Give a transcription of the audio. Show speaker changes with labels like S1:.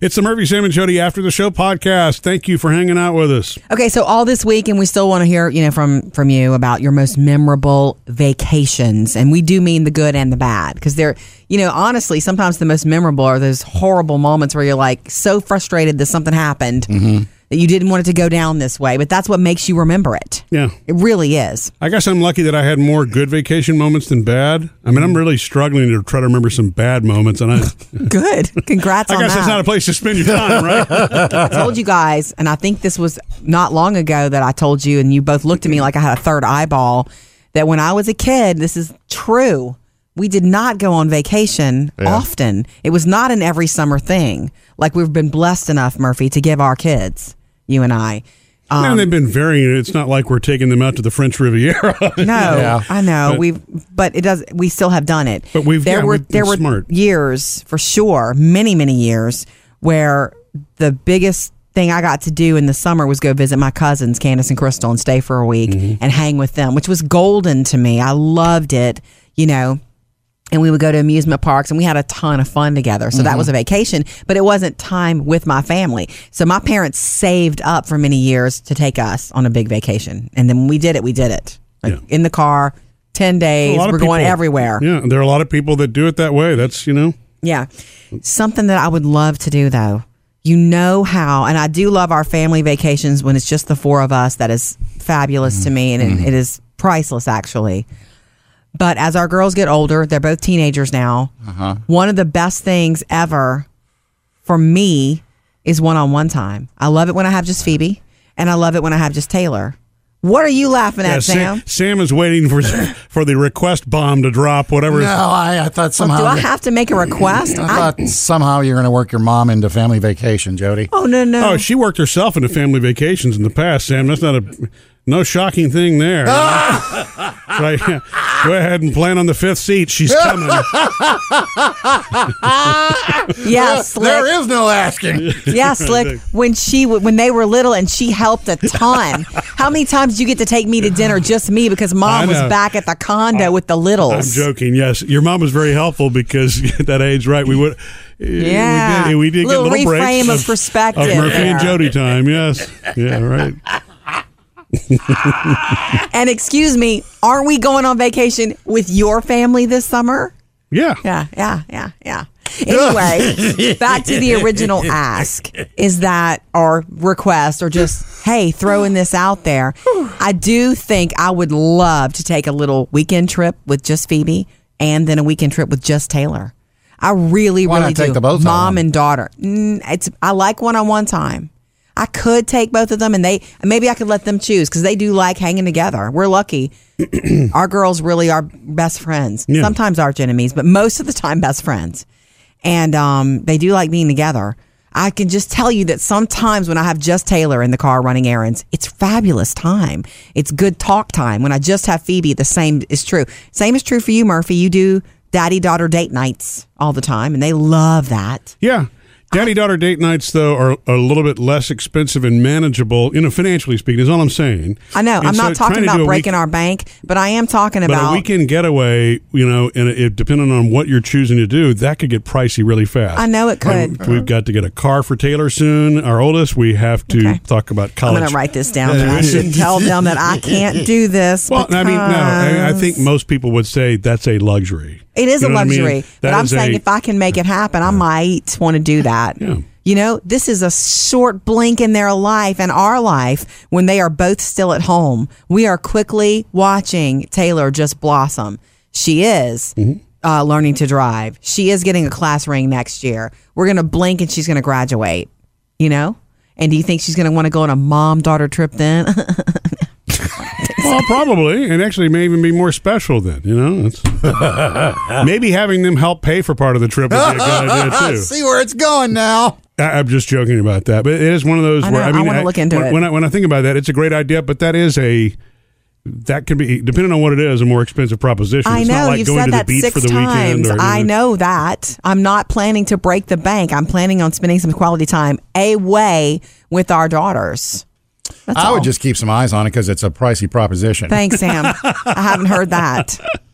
S1: It's the Murphy, Sam, and Jody After the Show podcast. Thank you for hanging out with us.
S2: Okay, so all this week, and we still want to hear, you know, from from you about your most memorable vacations, and we do mean the good and the bad, because they're, you know, honestly, sometimes the most memorable are those horrible moments where you're like so frustrated that something happened
S1: Mm-hmm.
S2: that you didn't want it to go down this way, but that's what makes you remember it.
S1: Yeah.
S2: It really is.
S1: I guess I'm lucky that I had more good vacation moments than bad. I mean, I'm really struggling to try to remember some bad moments, and I,
S2: Good. Congrats
S1: I
S2: on
S1: guess
S2: that.
S1: that's not a place to spend your time, right?
S2: I told you guys, and I think this was not long ago that I told you, and you both looked at me like I had a third eyeball. That when I was a kid, this is true. We did not go on vacation often. It was not an every summer thing. Like we've been blessed enough, Murphy, to give our kids, you and I. Um,
S1: and they've been varying. it. It's not like we're taking them out to the French Riviera.
S2: No,
S3: Yeah.
S2: I know we've, but it does. We still have done it.
S1: But we've-
S2: there
S1: yeah,
S2: were
S1: we've been
S2: there were
S1: smart.
S2: years for sure, many many years where the biggest thing I got to do in the summer was go visit my cousins Candace and Crystal and stay for a week
S1: Mm-hmm.
S2: and hang with them, which was golden to me. I loved it. You know, and we would go to amusement parks and we had a ton of fun together. So that
S1: Mm-hmm.
S2: was a vacation, but it wasn't time with my family. So my parents saved up for many years to take us on a big vacation. And then when we did it, we did it like
S1: Yeah.
S2: in the car, 10 days,
S1: A lot
S2: we're
S1: of
S2: going
S1: people-
S2: everywhere. Yeah.
S1: Yeah, there are a lot of people that do it that way. That's you know,
S2: Something that I would love to do though. You know how, and I do love our family vacations when it's just the four of us. That is fabulous to me and
S1: Mm-hmm.
S2: it, it is priceless actually. But as our girls get older, they're both teenagers now.
S1: Uh-huh.
S2: One of the best things ever for me is one on one time. I love it when I have just Phoebe, and I love it when I have just Taylor. What are you laughing at,
S1: Yeah,
S2: Sam?
S1: Sam, Sam is waiting for for the request bomb to drop. Whatever.
S3: No,
S1: is-
S3: I, I thought somehow.
S2: Do I have to make a request?
S3: I
S2: I-
S3: thought somehow you're going to work your mom into family vacation, Jody.
S2: oh no no.
S1: Oh, she worked herself into family vacations in the past, Sam. That's not a no shocking thing there. Right. Go ahead and plan on the fifth seat. She's coming.
S2: yeah, slick.
S3: There is no asking.
S2: Yeah, slick. When she w- when they were little and she helped a ton. How many times did you get to take me to dinner just me because
S1: I
S2: mom was
S1: know.
S2: back at the condo with the
S1: I'm
S2: littles?
S1: joking. Yes, your mom was very helpful because at that age, right? We would. we
S2: Yeah.
S1: did, we did
S2: Little
S1: get little
S2: reframe
S1: breaks
S2: of perspective
S1: of Murphy and
S2: there.
S1: Jody time. Yes, yeah, right.
S2: And excuse me, aren't we going on vacation with your family this summer?
S1: Yeah,
S2: Yeah, yeah, yeah, yeah. Anyway, back to the original ask is that our request or just, hey, throwing this out there. I do think I would love to take a little weekend trip with just Phoebe and then a weekend trip with just Taylor. I really,
S3: Why not
S2: really
S3: take
S2: do.
S3: the both of
S2: Mom
S3: them?
S2: and daughter. Mm, it's I like one on one time. I could take both of them and they maybe I could let them choose because they do like hanging together. We're lucky our girls really are best friends. Sometimes arch enemies, but most of the time best friends. And um, they do like being together. I can just tell you that sometimes when I have just Taylor in the car running errands, it's fabulous time. It's good talk time. When I just have Phoebe, the same is true. Same is true for you, Murphy. You do daddy daughter date nights all the time, and they love that.
S1: yeah. Daddy daughter date nights though are, are a little bit less expensive and manageable, you know, financially speaking. Is all I'm saying.
S2: I know.
S1: And
S2: I'm
S1: so
S2: not
S1: trying to
S2: talking
S1: do
S2: about
S1: a week-
S2: breaking our bank, but I am talking
S1: But a
S2: about
S1: weekend getaway, you know, and it, depending on what you're choosing to do, that could get pricey really fast.
S2: I know it
S1: Like,
S2: could.
S1: we've got to get a car for Taylor soon, our oldest. We have to
S2: Okay.
S1: talk about
S2: I'm
S1: college.
S2: going to write this down. and I should tell them that I can't do this.
S1: well, I mean, no, I, I
S2: because-
S1: think most people would say that's a luxury.
S2: It is
S1: You
S2: a
S1: know what I mean?
S2: luxury, but
S1: That
S2: I'm
S1: is
S2: saying
S1: a-
S2: if I can make it happen, I might want to do that.
S1: Yeah.
S2: You know, this is a short blink in their life and our life when they are both still at home. We are quickly watching Taylor just blossom. She is
S1: Mm-hmm.
S2: uh, learning to drive. She is getting a class ring next year. We're going to blink and she's going to graduate, you know? And do you think she's going to want to go on a mom daughter trip then?
S1: Well, probably, and actually may even be more special then. You know, It's- maybe having them help pay for part of the trip would be a good idea too.
S3: See where it's going now.
S1: I, I'm just joking about that, but it is one of those
S2: I
S1: where
S2: know,
S1: I
S2: I
S1: mean,
S2: wanna look into
S1: when,
S2: it.
S1: When I, when I think about that, it's a great idea, but that is a that can be depending on what it is a more expensive proposition.
S2: I
S1: it's
S2: know
S1: not like
S2: you've
S1: going
S2: said
S1: to the
S2: that
S1: beach
S2: six
S1: for the
S2: times.
S1: weekend. Or,
S2: I know that. I'm not planning to break the bank. I'm planning on spending some quality time away with our daughters. That's
S3: I
S2: all.
S3: would just keep some eyes on it because it's a pricey proposition.
S2: Thanks, Sam. I haven't heard that.